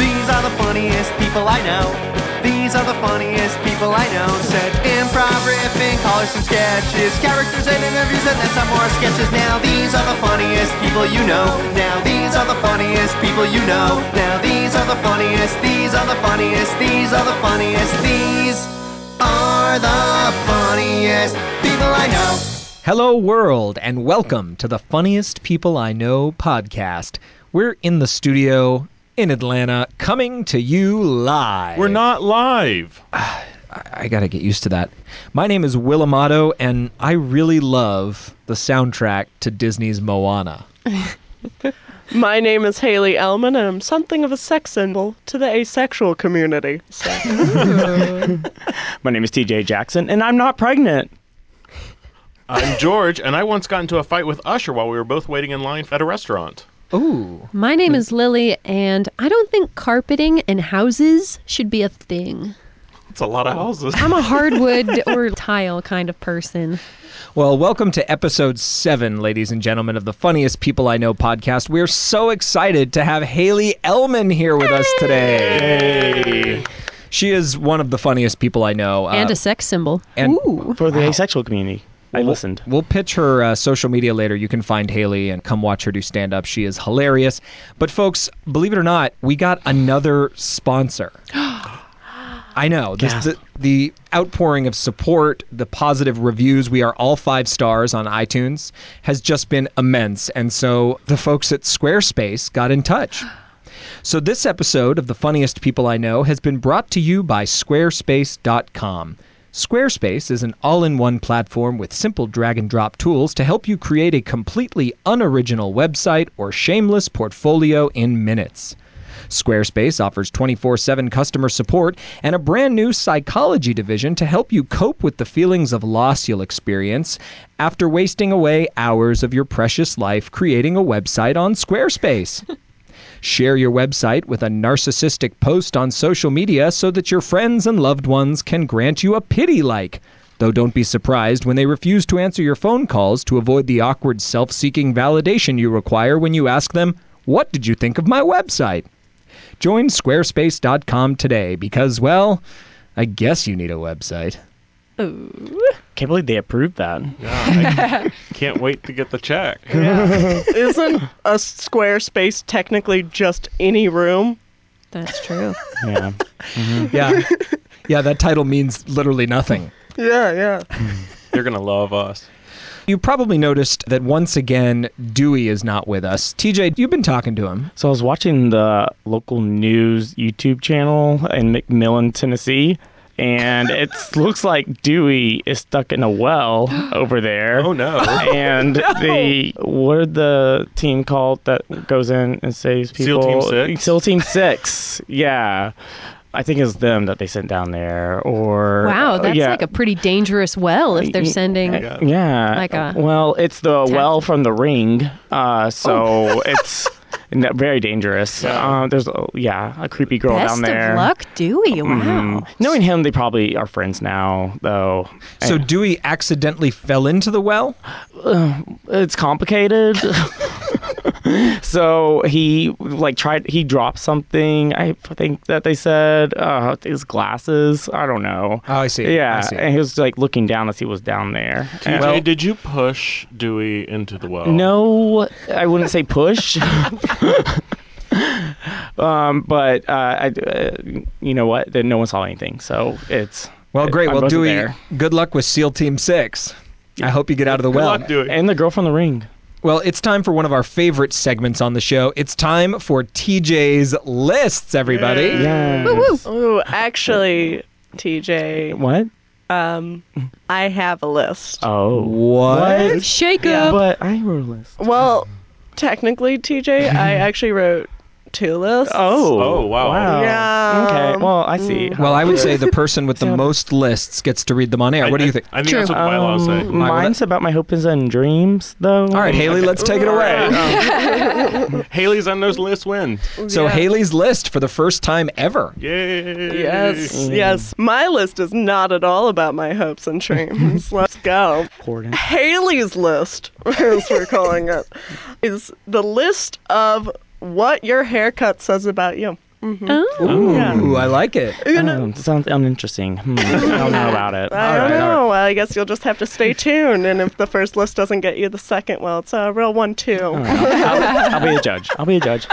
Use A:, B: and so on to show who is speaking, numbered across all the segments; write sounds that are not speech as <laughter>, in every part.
A: These are the funniest people I know. These are the funniest people I know. Said improv riffing, callers some sketches, characters and interviews, and then some more sketches. Now these are the funniest people you know. Now these are the funniest people you know. Now these are the funniest. These are the funniest. These are the funniest. These are the funniest people I know.
B: Hello, world, and welcome to the Funniest People I Know podcast. We're in the studio in Atlanta, coming to you live.
C: We're not live.
B: I gotta get used to that. My name is Will Amato, and I really love the soundtrack to Disney's Moana.
D: My name is Haley Ellman, and I'm something of a sex symbol to the asexual community. So,
E: My name is TJ Jackson, and I'm not pregnant.
C: I'm George, and I once got into a fight with Usher while we were both waiting in line at a restaurant.
B: Ooh,
F: My name is Lily, and I don't think carpeting in houses should be a thing.
C: It's a lot of houses.
F: I'm a hardwood or tile kind of person.
B: Well, welcome to episode seven, ladies and gentlemen, of the Funniest People I Know podcast. We're so excited to have Haley Ellman here with us today.
C: Hey.
B: She is one of the funniest people I know. uh,
F: and a sex symbol.
B: and-
F: Ooh.
E: For the asexual community, I listened.
B: We'll pitch her uh, social media later. You can find Haley and come watch her do stand up. She is hilarious. But, folks, believe it or not, we got another
E: <gasps>
B: sponsor. I know. This, the, the outpouring of support, the positive reviews, we are all five stars on iTunes, has just been immense. And so the folks at Squarespace got in
E: <gasps>
B: touch. <gasps> So, this episode of The Funniest People I Know has been brought to you by Squarespace.com. Squarespace is an all in one platform with simple drag and drop tools to help you create a completely unoriginal website or shameless portfolio in minutes. Squarespace offers 24 7 customer support and a brand new psychology division to help you cope with the feelings of loss you'll experience after wasting away hours of your precious life creating a website on Squarespace. <laughs> Share your website with a narcissistic post on social media so that your friends and loved ones can grant you a pity like. Though don't be surprised when they refuse to answer your phone calls to avoid the awkward self seeking validation you require when you ask them, What did you think of my website? Join squarespace.com today because, well, I guess you need a website.
E: Can't believe they approved that.
C: <laughs> Can't wait to get the check.
D: <laughs> isn't a square space technically just any room?
F: That's true.
E: Yeah.
B: Yeah. <laughs> yeah, that title means literally nothing.
D: Yeah, yeah.
C: They're going to love us.
B: You probably noticed that once again, Dewey is not with us. TJ, you've been talking to him.
E: So I was watching the local news YouTube channel in McMillan, Tennessee, and it looks like Dewey is stuck in a well over there.
C: Oh,
F: <laughs>
C: no.
E: And the what are the team called that goes in and saves
C: SEAL
E: people?
C: Team Six?
E: SEAL Team Six. Yeah, I think it's them that they sent down there. Or
F: Wow, that's
E: yeah.
F: like a pretty dangerous well if they're
E: Y-
F: sending.
C: Yeah.
E: Yeah.
F: Like a-
E: well, it's the well from the ring. Uh,
F: Oh.
E: so <laughs> it's n- very dangerous.
C: Yeah.
E: Um, there's oh, yeah, a creepy girl
F: Best
E: down there.
F: of luck, Dewey. Wow.
E: Mm. Knowing him, they probably are friends now, though.
B: So Dewey accidentally fell into the well?
E: it's complicated. <laughs> so he like tried he dropped something. I think that they said uh, his glasses. I don't know.
B: Oh, I see.
E: yeah,
B: I see.
E: and he was like looking down as he was down there. And-
C: Well, did you push Dewey into the well?
E: No, I wouldn't say push. <laughs> um, but uh, I, uh, you know what? Then no one saw anything, so it's
B: Well, great.
E: I
B: well,
E: wasn't
B: Dewey,
E: there.
B: good luck with SEAL Team 6. I hope you get out of the
C: Good
B: well.
C: luck, Dewey.
E: And the girl from the ring.
B: Well, it's time for one of our favorite segments on the show. It's time for TJ's lists, everybody.
E: Yeah.
D: Ooh, actually, TJ,
E: What?
D: I have a list.
E: Oh.
B: What?
F: Shake up.
E: But I wrote a list.
D: Well, technically, TJ,
E: <laughs>
D: I actually wrote two lists.
E: Oh.
C: Oh, wow.
D: Yeah. Hmm.
E: Okay. Well, I see.
B: Well, I would say the person with the most lists gets to read them on air.
C: I-
B: what do you think?
C: I, I think that's what the
E: Um,
C: bylaws say.
B: well,
E: mine's about my hopes and dreams, though.
B: All right, Haley, let's take it away.
C: um, Haley's on those lists wins.
B: So, Haley's list for the first time ever.
C: Yay.
D: Yes, yes. My list is not at all about my hopes and
E: <laughs>
D: dreams. Let's go. <laughs>
E: Important.
D: Haley's list, as we're calling it, is the list of what your haircut says about you.
F: Oh,
E: Ooh.
D: Yeah.
B: Ooh, I like it.
E: Oh, sounds uninteresting. Hmm, I
D: <laughs>
E: don't know about it.
D: I
B: All
D: don't
B: right, all
D: know. I guess you'll just have to stay tuned. And if the first list doesn't get you the second, well, it's a real one, too.
E: I'll, I'll be a judge. I'll be
D: <laughs>
E: a judge.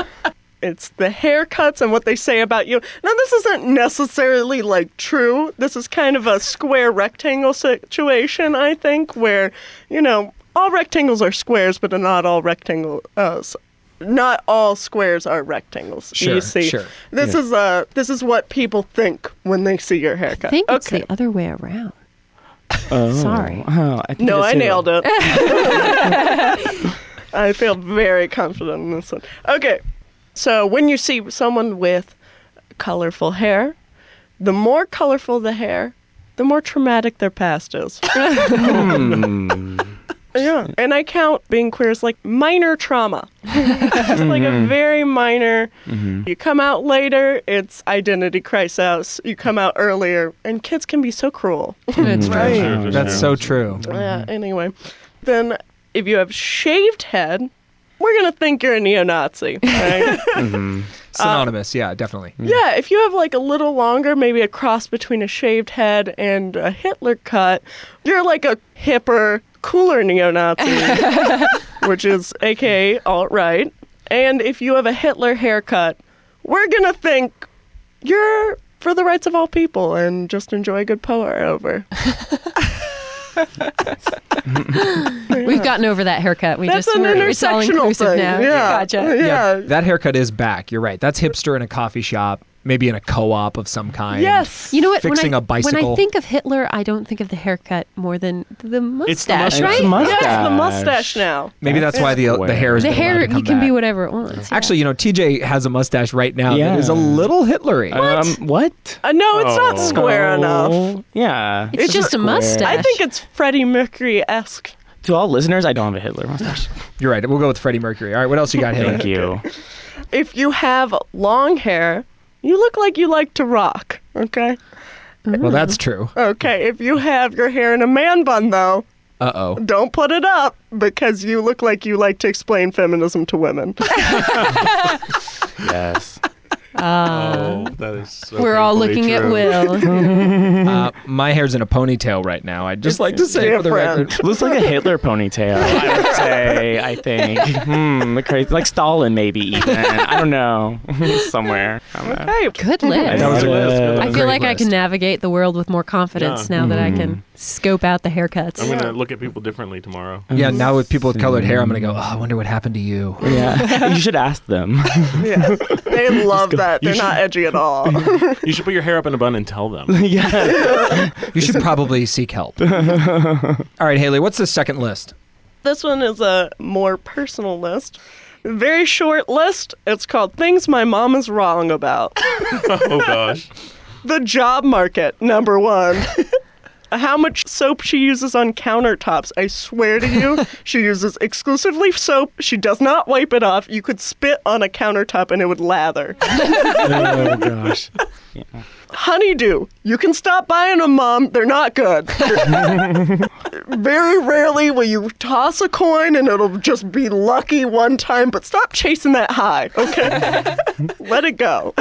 D: It's the haircuts and what they say about you. Now, this isn't necessarily like true. This is kind of a square rectangle situation, I think, where, you know, all rectangles are squares, but not all rectangle. Uh, s- not all squares are rectangles.
B: Sure,
D: you see,
B: sure.
D: this is uh, this is what people think when they see your haircut.
F: I think it's
D: okay.
F: the other way around.
E: Oh.
F: Sorry.
E: Oh, I
D: No, I nailed it. <laughs> I feel very confident in this one. Okay, so when you see someone with colorful hair, the more colorful the hair, the more traumatic their past is. Hmm. yeah, and I count being queer as like minor trauma. <laughs> It's like a very minor. You come out later, it's identity crisis. You come out earlier, and kids can be so cruel.
F: That's
D: right.
B: That's so true.
F: Mm-hmm.
D: Yeah, anyway. Then if you have shaved head, we're going to think you're a neo
F: <laughs>
D: Nazi. Right?
B: Synonymous, yeah, definitely.
D: yeah, if you have like a little longer, maybe a cross between a shaved head and a Hitler cut, you're like a hipper, cooler neo Nazi,
F: <laughs>
D: which is AKA alt right. And if you have a Hitler haircut, we're going to think you're for the rights of all people and just enjoy a good power over.
F: <laughs> We've gotten over that haircut. We
D: That's
F: just
D: an
F: we're, it's all
D: intersectional
F: inclusive
D: thing.
F: now.
D: Yeah. <laughs>
F: Gotcha.
D: yeah.
B: That haircut is back. You're right. That's hipster in a coffee shop, maybe in a co-op of some kind.
D: Yes.
F: You know what?
B: Fixing
F: when I,
B: a bicycle.
F: When I think of Hitler, I don't think of the haircut more than the mustache,
C: It's the mustache.
F: right?
E: It's the mustache.
D: Yes, the mustache now.
B: Maybe that's why the uh, the hair is
F: The
B: been allowed
F: hair,
B: to
F: you
B: come
F: can be
B: back.
F: whatever it wants. yeah.
B: Actually, you know, TJ has a mustache right now
E: Yeah.
B: that is a little Hitlery.
E: Um, what?
D: Uh, no, it's not
C: Oh.
D: square enough.
E: Oh, Yeah.
F: it's, just a
E: square.
F: mustache.
D: I think it's Freddie Mercury esque.
E: To all listeners, I don't have a Hitler mustache.
B: You're right. We'll go with Freddie Mercury. All right, what else you got here?
D: <laughs>
E: Thank you.
D: If you have long hair, you look like you like to rock. Okay.
B: Well, that's true.
D: Okay. If you have your hair in a man bun, though,
F: <laughs>
B: Uh-oh.
D: don't put it up because you look like you like to explain feminism to women.
E: Yes.
C: Oh, that is so
F: We're all
C: painfully
F: looking at
C: true.
F: Will.
D: <laughs>
B: Uh, my hair's in a ponytail right now. I'd just like to say for the
D: different.
B: record.
E: Looks like a Hitler ponytail, I would say, I think. Hmm, the crazy. Like Stalin, maybe even. I don't know. <laughs> Somewhere. I don't know.
D: hey,
F: Good
B: That was
F: list.
B: a list. That was
G: <laughs>
B: a
F: I feel
B: great
F: like I can
B: list.
F: navigate the world with more confidence now that I
D: Mm-hmm.
F: can scope out the haircuts.
C: I'm gonna look at people differently tomorrow.
B: Yeah, now with people with colored hair, I'm going to go, oh, I wonder what happened to you.
E: Yeah. <laughs> You should ask them.
D: yeah. They love that.
C: you
D: They're not edgy at all.
C: You should put your hair up in a bun and tell them.
E: yeah.
B: You
E: <laughs>
B: should probably seek help. All right, Haley, what's the second list?
D: <laughs> This one is a more personal list. Very short list. It's called Things My Mom Is Wrong About.
C: Oh gosh.
D: The job market, number one. <laughs> How much soap she uses on countertops. I swear to you,
E: <laughs>
D: she uses exclusively soap. She does not wipe it off. You could spit on a countertop and it would lather.
E: <laughs> Oh, gosh.
D: <laughs> Honeydew, you can stop buying them, Mom. They're not
E: <laughs>
D: good. Very rarely will you toss a coin and it'll just be lucky one time, but stop chasing that high,
E: <laughs>
D: okay? Let it go.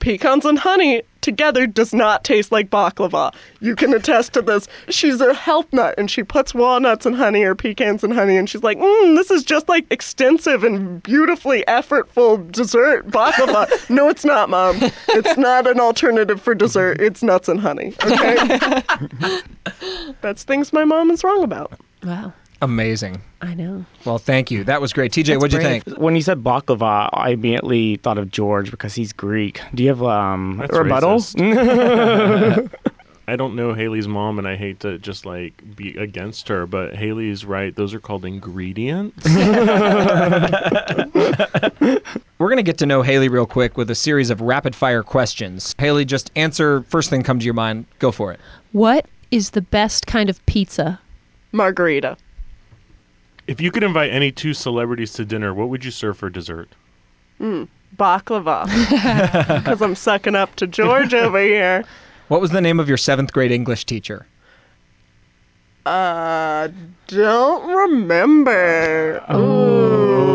D: Pecans and honey together does not taste like baklava. You can attest to this. She's a health nut and she puts walnuts and honey or pecans and honey and she's like, mmm, this is just like extensive and beautifully effortful dessert baklava. no, it's not, Mom. It's not an alternative for dessert. It's nuts and honey. Okay? That's things my mom is wrong about.
F: Wow.
B: Amazing.
F: I know.
B: Well, thank you. That was great. TJ, what'd you
F: brave.
B: think?
E: When you said baklava, I immediately thought of George because he's Greek. Do you have um,
C: That's
E: rebuttals? <laughs>
C: I don't know Haley's mom, and I hate to just like be against her, but Haley's right. Those are called ingredients.
E: <laughs>
B: We're going to get to know Haley real quick with a series of rapid fire questions. Haley, just answer first thing come to your mind. Go for it.
F: What is the best kind of pizza?
D: Margarita.
C: if you could invite any two celebrities to dinner, what would you serve for dessert?
D: Baklava. Because I'm sucking up to George over here.
B: What was the name of your seventh grade English teacher?
D: Uh, don't remember.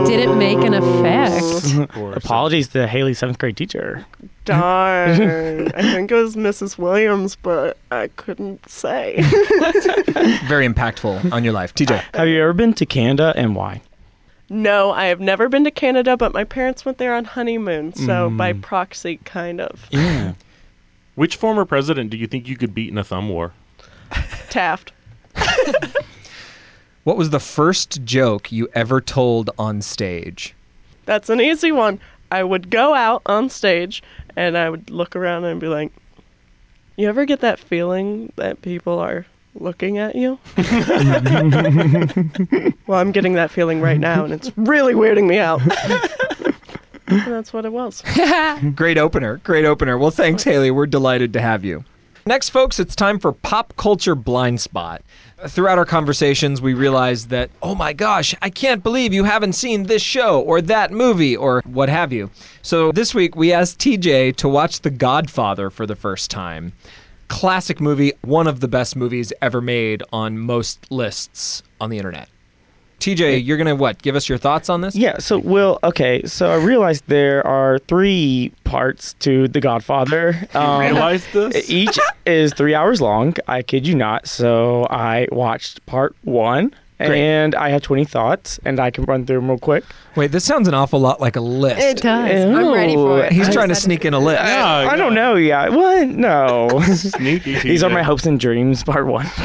F: Did it make an effect?
B: <laughs>
C: Of course.
E: Apologies to Haley's seventh grade teacher.
D: Darn. I think it was Mrs. Williams, but I couldn't say. <laughs>
B: Very impactful on your life, TJ.
E: Have you ever been to Canada and why?
D: no, I have never been to Canada, but my parents went there on honeymoon, so by proxy, kind of.
C: Which former president do you think you could beat in a thumb war?
D: Taft.
B: What was the first joke you ever told on stage?
D: That's an easy one. I would go out on stage and I would look around and be like, You ever get that feeling that people are looking at
E: <laughs>
D: you? well, I'm getting that feeling right now and it's really weirding me out. and that's what it was.
B: Great opener. Great opener. Well, thanks, Haley. We're delighted to have you. Next, folks, it's time for Pop Culture Blind Spot. Throughout our conversations, we realized that, oh my gosh, I can't believe you haven't seen this show or that movie or what have you. So this week, we asked TJ to watch The Godfather for the first time. Classic movie, one of the best movies ever made on most lists on the internet. TJ, you're going to what? Give us your thoughts on this?
E: Yeah, so Will, okay, so I realized there are three parts to The <laughs> Godfather. Um,
C: Realize
E: <laughs>
C: this?
E: each is three hours long. I kid you not. So I watched part one, and I have 20 thoughts, and I can run through them real quick.
B: Wait, this sounds an awful lot like a list.
G: It does. I'm ready for it.
B: He's
G: I'm
B: trying to
G: excited.
B: sneak in a list.
C: Yeah,
E: I don't know. Yeah, what? No.
C: Sneaky.
E: These are
C: TJ.
E: my hopes and dreams, part one. <laughs>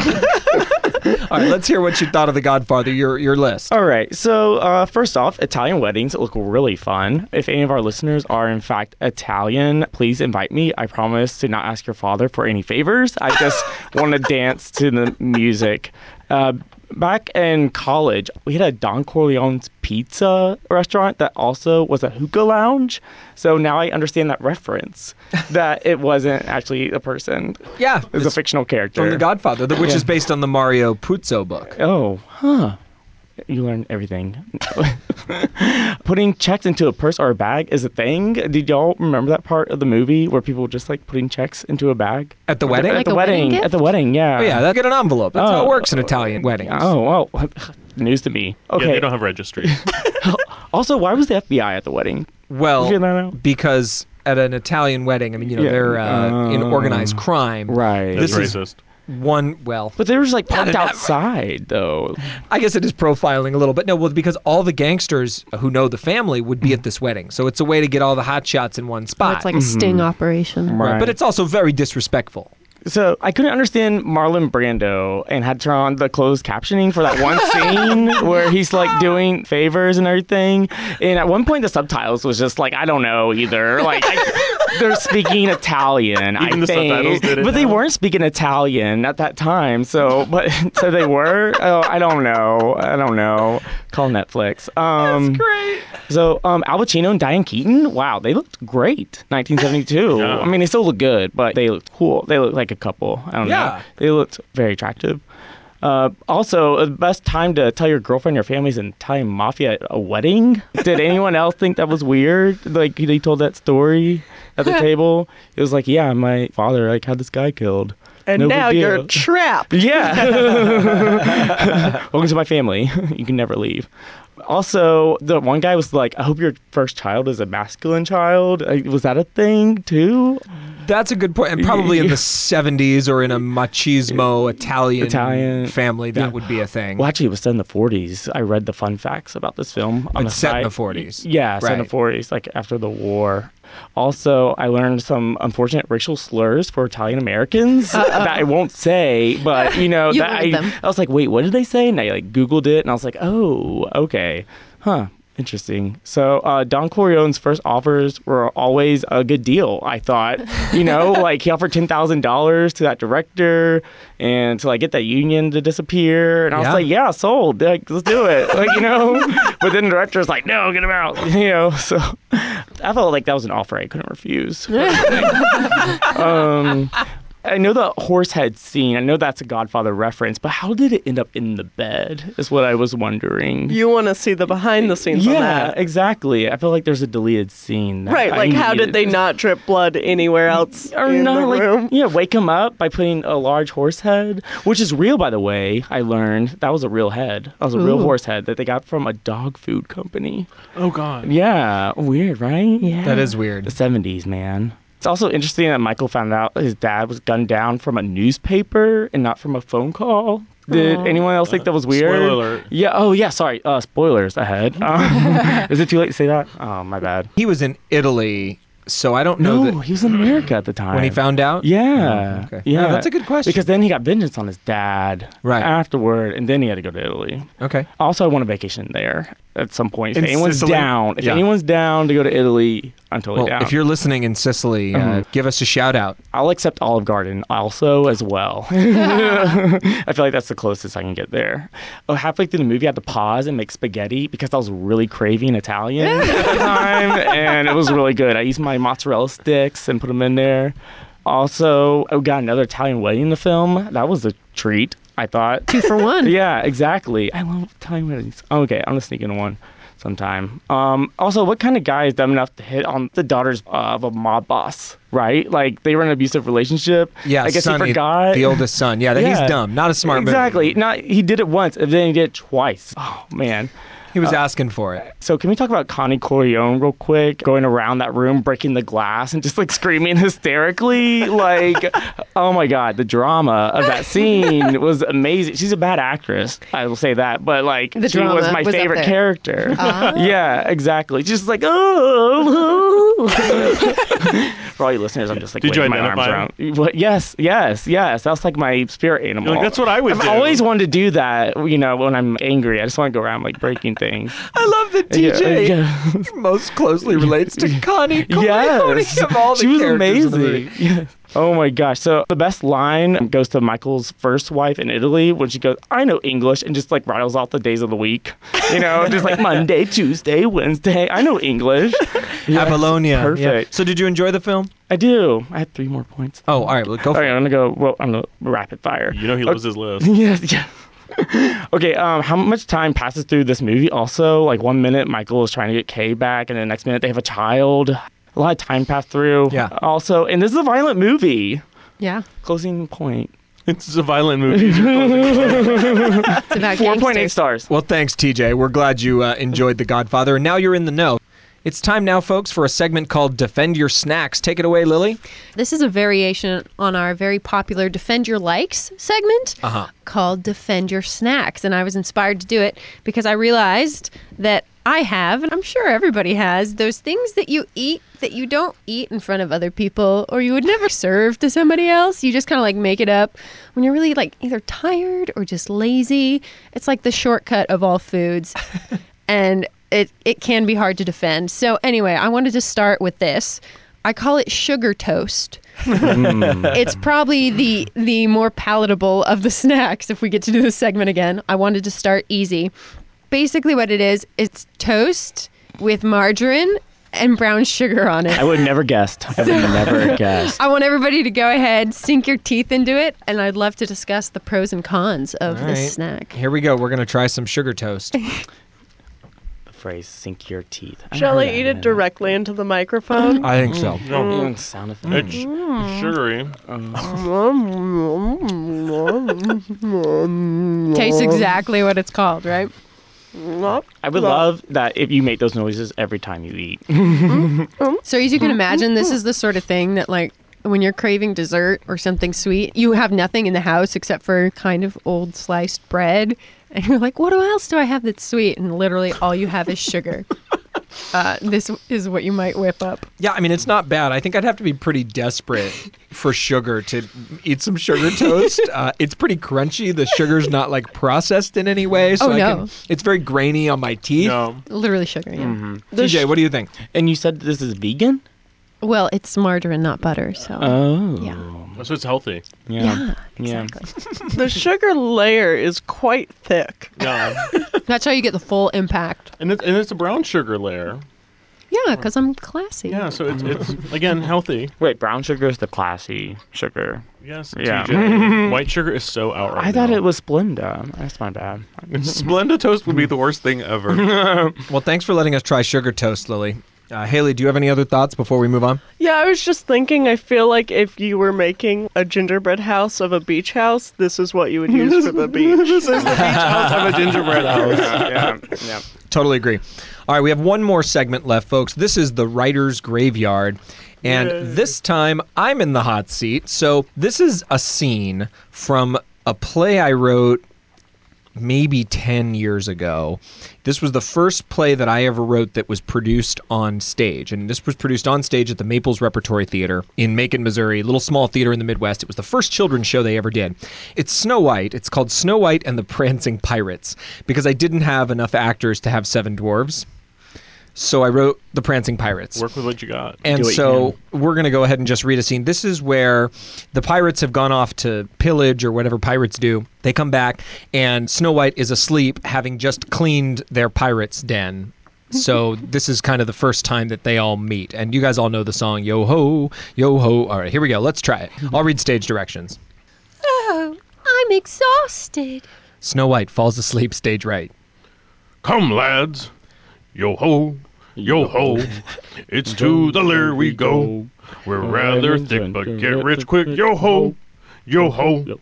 B: All right, let's hear what you thought of The Godfather, your your list.
E: All right. So, uh, first off, Italian weddings look really fun. If any of our listeners are, in fact, Italian, please invite me. I promise to not ask your father for any favors. I just want to dance to the music. Uh, back in college, we had a Don Corleone's Pizza restaurant that also was a hookah lounge. So now I understand that reference that it wasn't actually a person,
B: Yeah,
E: it was a
B: it's
E: fictional character.
B: from The Godfather, the- which is based on the Mario Puzo book.
E: Oh, huh. You learn everything. <laughs> putting checks into a purse or a bag is a thing. Did y'all remember that part of the movie where people were just like putting checks into a bag?
B: At the wedding?
E: At the
F: a
E: wedding.
F: wedding gift?
E: at the wedding, yeah.
B: Oh, yeah, that, get an envelope. That's how it
E: Oh.
B: works in Italian weddings.
E: Oh, well, <laughs> news to me.
C: Yeah,
E: Okay.
C: they don't have
E: <laughs>
C: registry.
E: also, why was the FBI at the wedding? Did you find that
B: Well,
E: out?
B: because at an Italian wedding, I mean, you know,
E: Yeah.
B: they're uh, in
E: Oh.
B: organized crime.
E: Right.
C: That's
B: This is-
C: racist.
B: One, well,
E: But they were just like parked
B: that-
E: outside, though.
B: I guess it is profiling a little bit. No, well, because all the gangsters who know the family would be at this wedding. So it's a way to get all the hot shots in one spot.
F: Oh, It's like a
D: Mm-hmm.
F: sting operation.
B: But it's also very disrespectful.
E: So I couldn't understand Marlon Brando and had to turn on the closed captioning for
C: <laughs>
E: that one scene where he's like doing favors and everything. And at one point, the subtitles was just like, I don't know either. Like, I, they're speaking Italian. I
C: Even the
E: think.
C: subtitles did it
E: But they
C: now?
E: weren't speaking Italian at that time. So, but <laughs> so they were. Oh, I don't know. I don't know. Call Netflix. Um,
B: Great.
E: so, um, Al Pacino and Diane Keaton, wow, they looked great.
D: <laughs>
E: 1972.
C: Yeah.
E: I mean, they still look good, but they looked cool. They looked like a couple. I don't
B: Yeah.
E: know. They looked very attractive. Uh, also, the best time to tell your girlfriend your family's an Italian mafia at a wedding.
D: <laughs>
E: Did anyone else think that was weird? Like they told that story
D: <laughs>
E: at the table. It was like, yeah, my father like had this guy killed.
D: And
E: No big
D: now you're
E: deal. <laughs>
D: trapped.
E: Yeah.
B: <laughs>
E: Welcome to my family. <laughs> You can never leave. Also, the one guy was like, I hope your first child is a masculine child. Like, Was that a thing too?
B: That's a good point, and probably
E: <laughs>
B: in the '70s or in a machismo Italian,
E: Italian-
B: family, that
E: yeah.
B: would be a thing.
E: Well, actually, it was set in the 40s. I read the fun facts about this film. On
B: It's set in
E: side.
B: the 40s.
E: Yeah, set in the
B: Right.
E: 40s, like after the war. Also, I learned some unfortunate racial slurs for Italian
B: <laughs>
E: Americans that I won't say, but you know,
F: You
E: that I,
F: learned them.
E: I was like, wait, what did they say? And I like Googled it and I was like, oh, okay. Huh. Interesting. So, uh, Don Corleone's first offers were always a good deal, I thought. You know, like he offered $10,000 to that director and to like get that union to disappear. And I
B: Yeah.
E: was like, yeah, sold. Like, let's do it. Like, you know, but then the director's like, no, get him out. <laughs> You know, so
D: <laughs>
E: <laughs> I felt like that was an offer I couldn't refuse. um, I know the horse head scene. I know that's a Godfather reference, but how did it end up in the bed? Is what I was wondering.
D: You want to see the behind the scenes on
E: yeah,
D: that.
E: exactly. I feel like there's a deleted scene. that
D: Right,
E: I
D: like how did
E: needed.
D: they not drip blood anywhere else
E: or
D: in
E: not
D: the
E: like
D: room?
E: yeah wake him up by putting a large horse head which is real by the way i learned that was a real head that was a real horse head that they got from a dog food company
C: Oh God.
E: yeah weird right yeah
B: That is weird.
E: the 70s man it's also interesting that michael found out his dad was gunned down from a newspaper and not from a phone call did anyone else think that was weird?
C: spoiler alert.
E: Yeah. Oh, yeah. Sorry. Uh,
B: <laughs>
E: spoilers ahead. Um, is it too late to say that? Oh, my bad.
B: He was in Italy, so I don't know
E: No,
B: that
E: he was in America at the time.
B: when he found out.
E: Yeah.
B: Oh, okay.
E: Yeah.
B: No, that's a good question.
E: Because then he got vengeance on his dad
B: Right.
E: afterward, and then he had to go to Italy.
B: Okay.
E: Also, I want a vacation there at some point. If
B: In
E: anyone's
B: Sicily?
E: down, if
B: Yeah.
E: anyone's down to go to Italy, I'm totally
B: Well,
E: down.
B: if you're listening in Sicily, uh,
E: Uh-huh.
B: give us a shout out.
E: I'll accept Olive Garden also as well. <laughs> I feel like that's the closest I can get there. Oh, halfway through the movie, I had to pause and make spaghetti because I was really craving Italian at the time, and it was really good. I used my mozzarella sticks and put them in there. Also, oh, got another Italian wedding in the film. That was a treat, I thought.
F: Two for
B: <laughs>
F: one.
E: yeah, exactly. I love Italian weddings. Okay, I'm gonna sneak in one sometime. Um, also, what kind of guy is dumb enough to hit on the daughters of a mob boss? Right, like they were in an abusive relationship.
B: Yeah,
E: I guess
B: son,
E: he forgot.
B: the oldest son. Yeah, that
E: Yeah.
B: he's dumb, not a smart move.
E: <laughs> exactly. Not he did it once, and then he did it twice. Oh man.
B: He
E: Uh,
B: was asking for it.
E: So can we talk about Connie Corleone real quick? Going around that room, breaking the glass, and just like screaming <laughs> hysterically. Like, oh my god, the drama of
G: <laughs>
E: that scene was amazing. She's a bad actress, I will say that, but like
G: The
E: she
G: drama
E: was my
G: was up
E: favorite
G: there. Ah.
E: character. <laughs> Yeah, exactly. Just like oh. <laughs> For all you listeners, I'm just like
C: Did you
E: waving my arms
C: identify
E: around. What- Yes, yes, yes. That's like my spirit animal.
C: You're like, that's what I would
E: I've
C: do.
E: always wanted to do that. You know, when I'm angry, I just want to go around like breaking things.
B: I love that
E: Yeah,
B: DJ
E: <laughs> yeah.
B: most closely relates to Connie Corleone
E: Yes,
B: of all the
E: she was
B: characters in the movie.
E: amazing. Yeah. Oh my gosh! So the best line goes to Michael's first wife in Italy when she goes, "I know English," and just like rattles off the days of the week. You know, just like Monday, Tuesday, Wednesday. I know
B: <laughs>
E: English. Yeah.
B: Apollonia.
E: Perfect.
B: So, did you enjoy the film?
E: I do. I had three more points.
B: Oh, all right. Well, go
E: All
B: for
E: right,
B: it.
E: I'm gonna go. Well, I'm gonna rapid fire.
C: You know he
E: Okay.
C: loves his list.
E: <laughs> Yes, yeah. okay, um, how much time passes through this movie? Also, like one minute Michael is trying to get Kay back, and the next minute they have a child. A lot of time passed through.
B: Yeah.
E: Also, and this is a violent movie.
F: Yeah.
E: Closing point.
C: It's a violent movie.
E: <laughs>
F: It's about
E: Four point eight
F: gangsters.
E: stars.
B: Well, thanks, TJ. We're glad you uh, enjoyed The Godfather, and now you're in the know. It's time now, folks, for a segment called Defend Your Snacks. Take it away, Lily.
F: This is a variation on our very popular Defend Your Likes segment called Defend Your Snacks. And I was inspired to do it because I realized that I have, and I'm sure everybody has, those things that you eat that you don't eat in front of other people or you would never serve to somebody else. You just kind of like make it up when you're really like either tired or just lazy. It's like the shortcut of all foods. and it it can be hard to defend. So anyway, I wanted to start with this. I call it sugar toast.
E: Mm.
F: it's probably the the more palatable of the <laughs> snacks if we get to do this segment again. I wanted to start easy. Basically what it is, it's toast with margarine and brown sugar on it.
E: I would have never guessed. I would have never guessed.
F: I want everybody to go ahead, sink your teeth into it, and I'd love to discuss the pros and cons of
B: All right.
F: this snack.
B: Here we go. We're going to try some sugar
F: <laughs>
B: toast.
E: The phrase "sink your teeth."
D: Shall I eat it directly into the microphone?
B: I think so.
F: Mm.
C: No,
E: Sound effect.
C: it's sugary.
F: Tastes exactly what it's called, right?
E: <laughs> I would love that if you make those noises every time you eat. <laughs>
F: So as you can imagine, this is the sort of thing that like when you're craving dessert or something sweet, you have nothing in the house except for kind of old sliced bread, and you're like, "What else do I have that's sweet?" And literally, all you have is sugar. Uh, this is what you might whip up.
B: Yeah, I mean, it's not bad. I think I'd have to be pretty desperate for sugar to eat some
F: <laughs>
B: sugar toast. Uh, it's pretty crunchy. The sugar's not like processed in any way. So
F: Oh,
B: I
F: no.
B: can, it's very grainy on my teeth.
C: No.
F: Literally sugar. Yeah.
B: TJ, what do you think?
E: And you said this is vegan.
F: Well, it's margarine, not butter. So
E: Oh.
F: yeah,
C: So it's healthy.
F: yeah,
E: Yeah.
F: exactly.
D: the sugar layer is quite thick.
C: Yeah.
F: That's how you get the full impact.
C: and, it's, and it's a brown sugar layer.
F: Yeah, because I'm classy.
C: Yeah, so it's, <laughs> it's again healthy.
E: Wait, brown sugar is the classy sugar.
C: Yes,
E: Yeah.
H: <laughs>
C: TJ. White sugar is so out right
E: I thought
C: now.
E: it was Splenda. That's my <laughs> bad.
H: Splenda toast would be the worst
C: <laughs>
H: thing ever.
B: Well, thanks for letting us try sugar toast, Lily. Uh, Haley, do you have any other thoughts before we move on?
D: Yeah, I was just thinking. I feel like if you were making a gingerbread house of a beach house, this is what you would use for the beach.
H: this is the beach house <laughs> of a gingerbread house.
E: Oh, yeah, yeah.
B: Totally agree. All right, we have one more segment left, folks. This is the writer's graveyard. And this time I'm in the hot seat. So this is a scene from a play I wrote maybe 10 years ago. This was the first play that I ever wrote that was produced on stage. And this was produced on stage at the Maples Repertory Theater in Macon, Missouri, a little small theater in the Midwest. It was the first children's show they ever did. It's Snow White. It's called Snow White and the Prancing Pirates because I didn't have enough actors to have seven dwarves. So I wrote The Prancing Pirates.
C: Work with what you got.
B: And
E: Do what you
B: so we're going to go ahead and just read a scene. This is where the pirates have gone off to pillage or whatever pirates do. They come back, and Snow White is asleep, having just cleaned their pirate's den. So this is kind of the first time that they all meet. And you guys all know the song Yo Ho, Yo Ho. All right, here we go. Let's try it. I'll read stage directions.
G: Oh, I'm exhausted.
B: Snow White falls asleep, stage right.
C: Come, lads. Yo ho, yo ho. It's to the lair we go. We're rather thick, but get rich quick. Yo ho, yo ho.
D: <laughs>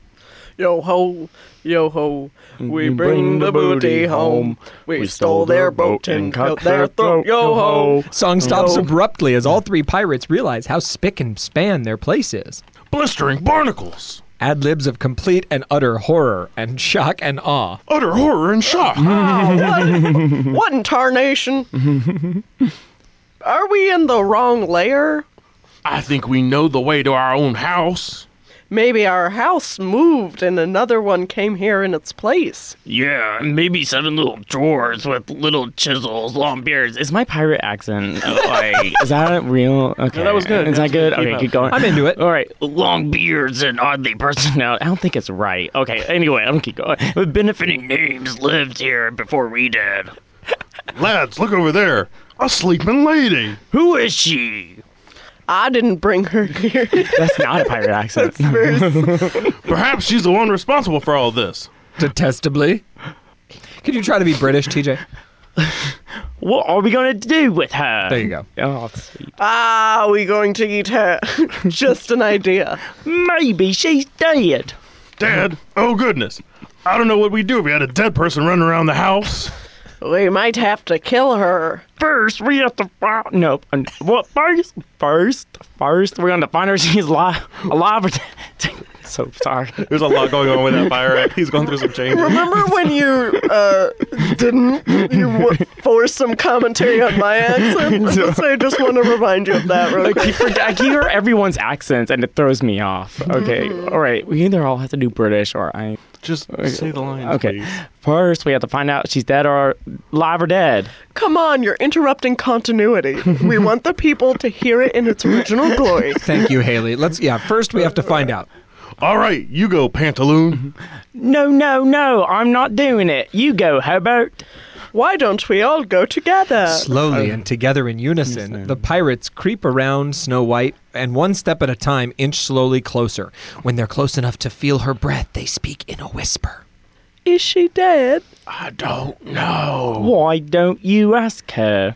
D: yo ho, yo ho, we bring the booty home. We stole their boat and cut their throat. Yo ho.
B: Song stops abruptly as all three pirates realize how spick and span their place is.
C: Blistering barnacles.
B: ad libs of complete and utter horror and shock and awe.
C: Utter horror and shock.
H: <laughs>
D: Oh, <laughs> What in tarnation? Are we in the wrong layer?
C: I think we know the way to our own house.
D: Maybe our house moved and another one came here in its place.
I: Yeah, and maybe seven little drawers with little chisels, long beards.
E: Is my pirate accent uh, like? is that real? Okay,
C: that was good.
E: Is that good? Okay,
C: up.
E: keep going.
B: I'm into it.
E: All right.
I: long beards and oddly personality.
E: I don't think it's right. Okay. Anyway, I'm gonna keep going.
I: With benefiting names lived here before we did.
C: Lads, look over there. A sleeping lady.
I: Who is she?
D: I didn't bring her here.
E: That's not a pirate accent.
C: Perhaps she's the one responsible for all this.
B: Detestably. Could you try to be British, TJ?
E: what are we gonna do with her?
B: There you go.
E: Oh, sweet.
D: ah, we going to eat <laughs> her. Just an idea.
E: maybe she's dead.
C: Dad, oh goodness. I don't know what we'd do if we had a dead person running around the house.
D: We might have to kill her.
E: First, we have to find. No, um, what first? First, first, we're gonna find her. She's alive, alive or dead. <laughs> So sorry.
H: There's a lot going on with that pirate. He's going through some changes.
D: Remember when you uh, didn't you w- force some commentary on my <laughs> accent? Just- I just want to remind you of that. Real
E: I
D: quick.
E: forget- I hear everyone's accents and it throws me off. Okay, all right. We either all have to do British or I.
C: Just say the line,
E: Okay, first we have to find out she's dead or alive or dead.
D: Come on, you're interrupting continuity. <laughs> We want the people to hear it in its original glory.
B: Thank you, Haley. Let's yeah, first we have to find out.
C: All right, you go, Pantaloon.
E: Mm-hmm. No, no, no! I'm not doing it. You go, Hobart.
D: Why don't we all go together?
B: Slowly and together in unison, the pirates creep around Snow White and one step at a time inch slowly closer. When they're close enough to feel her breath, they speak in a whisper.
D: Is she dead?
C: I don't know.
E: Why don't you ask her?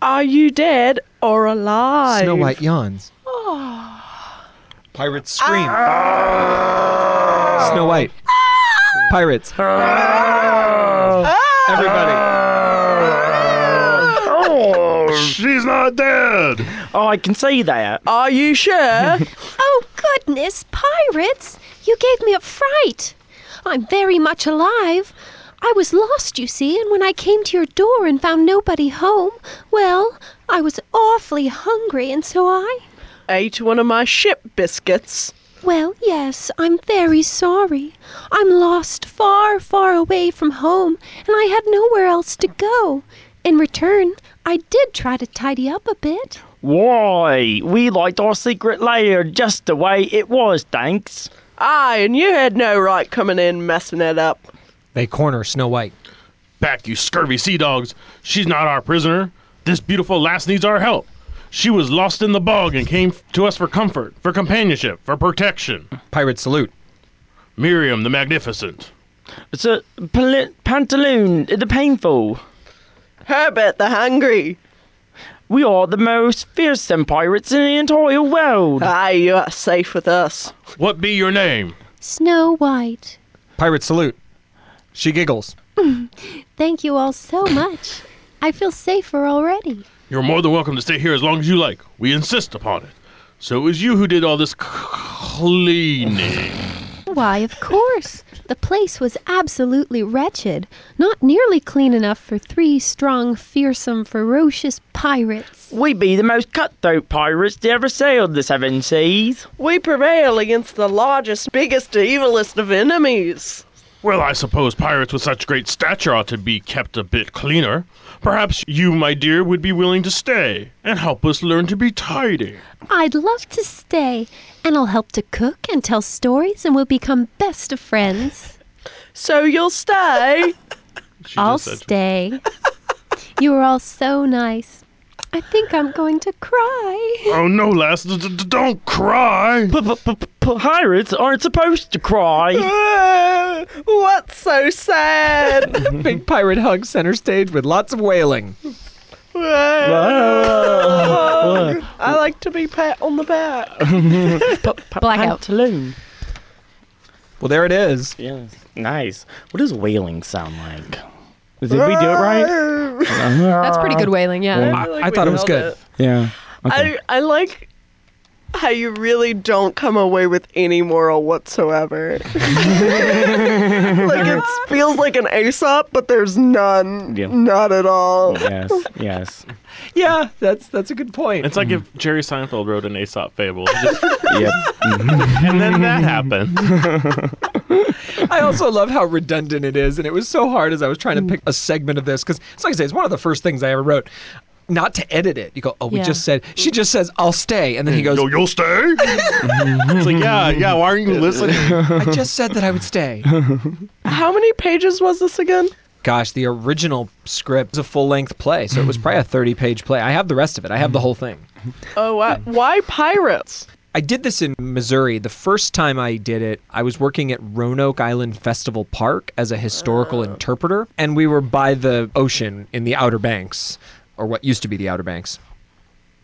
D: Are you dead or alive?
B: Snow White yawns. Pirates scream. Snow White. Pirates. Everybody.
C: She's not dead.
E: Oh, I can see that.
D: Are you sure?
G: Oh, goodness, pirates! You gave me a fright. I'm very much alive. I was lost, you see, and when I came to your door and found nobody home, well, I was awfully hungry, and so I.
D: Ate one of my ship biscuits.
G: Well, yes, I'm very sorry. I'm lost far, far away from home, and I had nowhere else to go. In return, I did try to tidy up a bit.
E: Why? We liked our secret lair just the way it was, thanks.
D: Aye, and you had no right coming in messing it up.
B: They corner Snow White.
C: Back, you scurvy sea dogs. She's not our prisoner. This beautiful lass needs our help. She was lost in the bog and came f- to us for comfort, for companionship, for protection.
B: Pirate salute.
C: Miriam the Magnificent.
E: It's a pal- pantaloon, the painful.
D: Herbert the Hungry.
E: We are the most fearsome pirates in the entire world.
D: Aye, you are safe with us.
C: What be your name?
G: Snow White.
B: Pirate salute. She giggles.
G: Thank you all so much. I feel safer already.
C: You're more than welcome to stay here as long as you like. We insist upon it. So it was you who did all this c- cleaning.
G: Why, of course. The place was absolutely wretched, not nearly clean enough for three strong, fearsome, ferocious pirates.
E: We be the most cutthroat pirates to ever sailed the seven seas.
D: We prevail against the largest, biggest, evilest of enemies.
C: Well, I suppose pirates with such great stature ought to be kept a bit cleaner. Perhaps you, my dear, would be willing to stay and help us learn to be tidy.
G: I'd love to stay, and I'll help to cook and tell stories, and we'll become best of friends.
D: So you'll stay.
H: She
G: I'll
H: just said-
G: stay. you are all so nice. I think I'm going to cry.
C: Oh no, lass, d- d- d- don't cry.
E: Pirates aren't supposed to cry.
D: Ah, <laughs> What's so sad?
B: Big pirate hug center stage with lots of wailing.
D: <laughs> I like to be pat on the back.
F: Blackout.
E: Pantaloon.
B: Well, there it is.
E: Yes. Nice. What does wailing sound like? Did we do it right?
F: That's pretty good whaling, yeah.
B: I, I thought it was good.
E: Yeah. Okay.
D: I, I like how you really don't come away with any moral whatsoever. <laughs> like it
E: <laughs>
D: feels like an Aesop, but there's none.
E: Yeah.
D: Not at all.
E: yes.
F: <laughs>
E: Yes.
B: Yeah, that's that's a good point.
H: It's like
C: Hmm.
H: if Jerry Seinfeld wrote an Aesop fable, just-
E: Yep.
H: and then
C: <laughs>
H: that happened.
B: I also love how redundant it is, and it was so hard as I was trying to pick a segment of this because it's like I say, it's one of the first things I ever wrote. Not to edit it. You go, oh, we
F: Yeah.
B: just said she just says I'll stay, and then he goes,
C: Yo, you'll stay?
H: <laughs> It's like, yeah, yeah. Why aren't you listening?
B: I just said that I would stay.
D: How many pages was this again?
B: <laughs> Gosh, the original script was a full length play, so it was probably a thirty page play. I have the rest of it. I have the whole thing.
D: Oh, why, why pirates?
B: I did this in Missouri. The first time I did it, I was working at Roanoke Island Festival Park as a
F: Oh.
B: historical interpreter, and we were by the ocean in the Outer Banks, or what used to be the Outer Banks.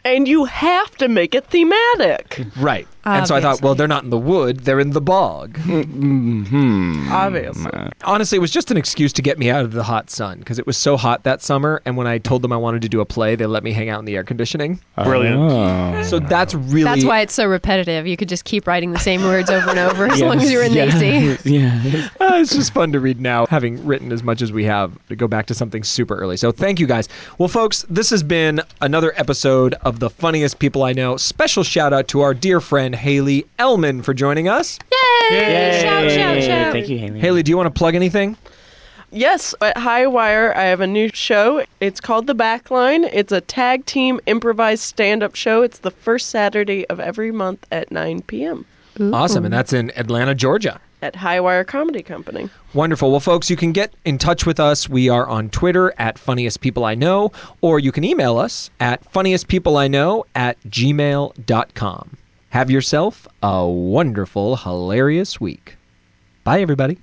D: And you have to make it thematic,
E: Mm,
B: Right.
F: Ah,
B: And so I thought, well, they're not in the wood, they're in the bog.
D: <laughs>
F: Mm-hmm.
D: obviously.
E: uh,
B: Honestly, it was just an excuse to get me out of the hot sun because it was so hot that summer. And when I told them I wanted to do a play, they let me hang out in the air conditioning.
H: Brilliant.
E: Oh.
B: So that's really.
F: That's why it's so repetitive. You could just keep writing the same words over and over as long as you're in
E: yeah.
F: the AC.
E: <laughs>
F: <laughs>
E: Yeah.
B: Uh, it's just fun to read now, having written as much as we have to go back to something super early. So thank you guys. Well, folks, this has been another episode of The Funniest People I Know. Special shout out to our dear friend, Haley Ellman, for joining us.
F: Yay! Shout, shout, shout.
E: Thank you, Haley.
B: Haley, do you want to plug anything?
D: Yes, at Highwire, I have a new show. It's called The Backline. It's a tag team improvised stand up show. It's the first Saturday of every month at 9 p.m.
B: Awesome. And that's in Atlanta, Georgia.
D: at Highwire Comedy Company.
B: Wonderful. Well, folks, you can get in touch with us. We are on Twitter at Funniest People I Know, or you can email us at funniestpeopleiknow at gmail.com. Have yourself a wonderful, hilarious week. Bye, everybody.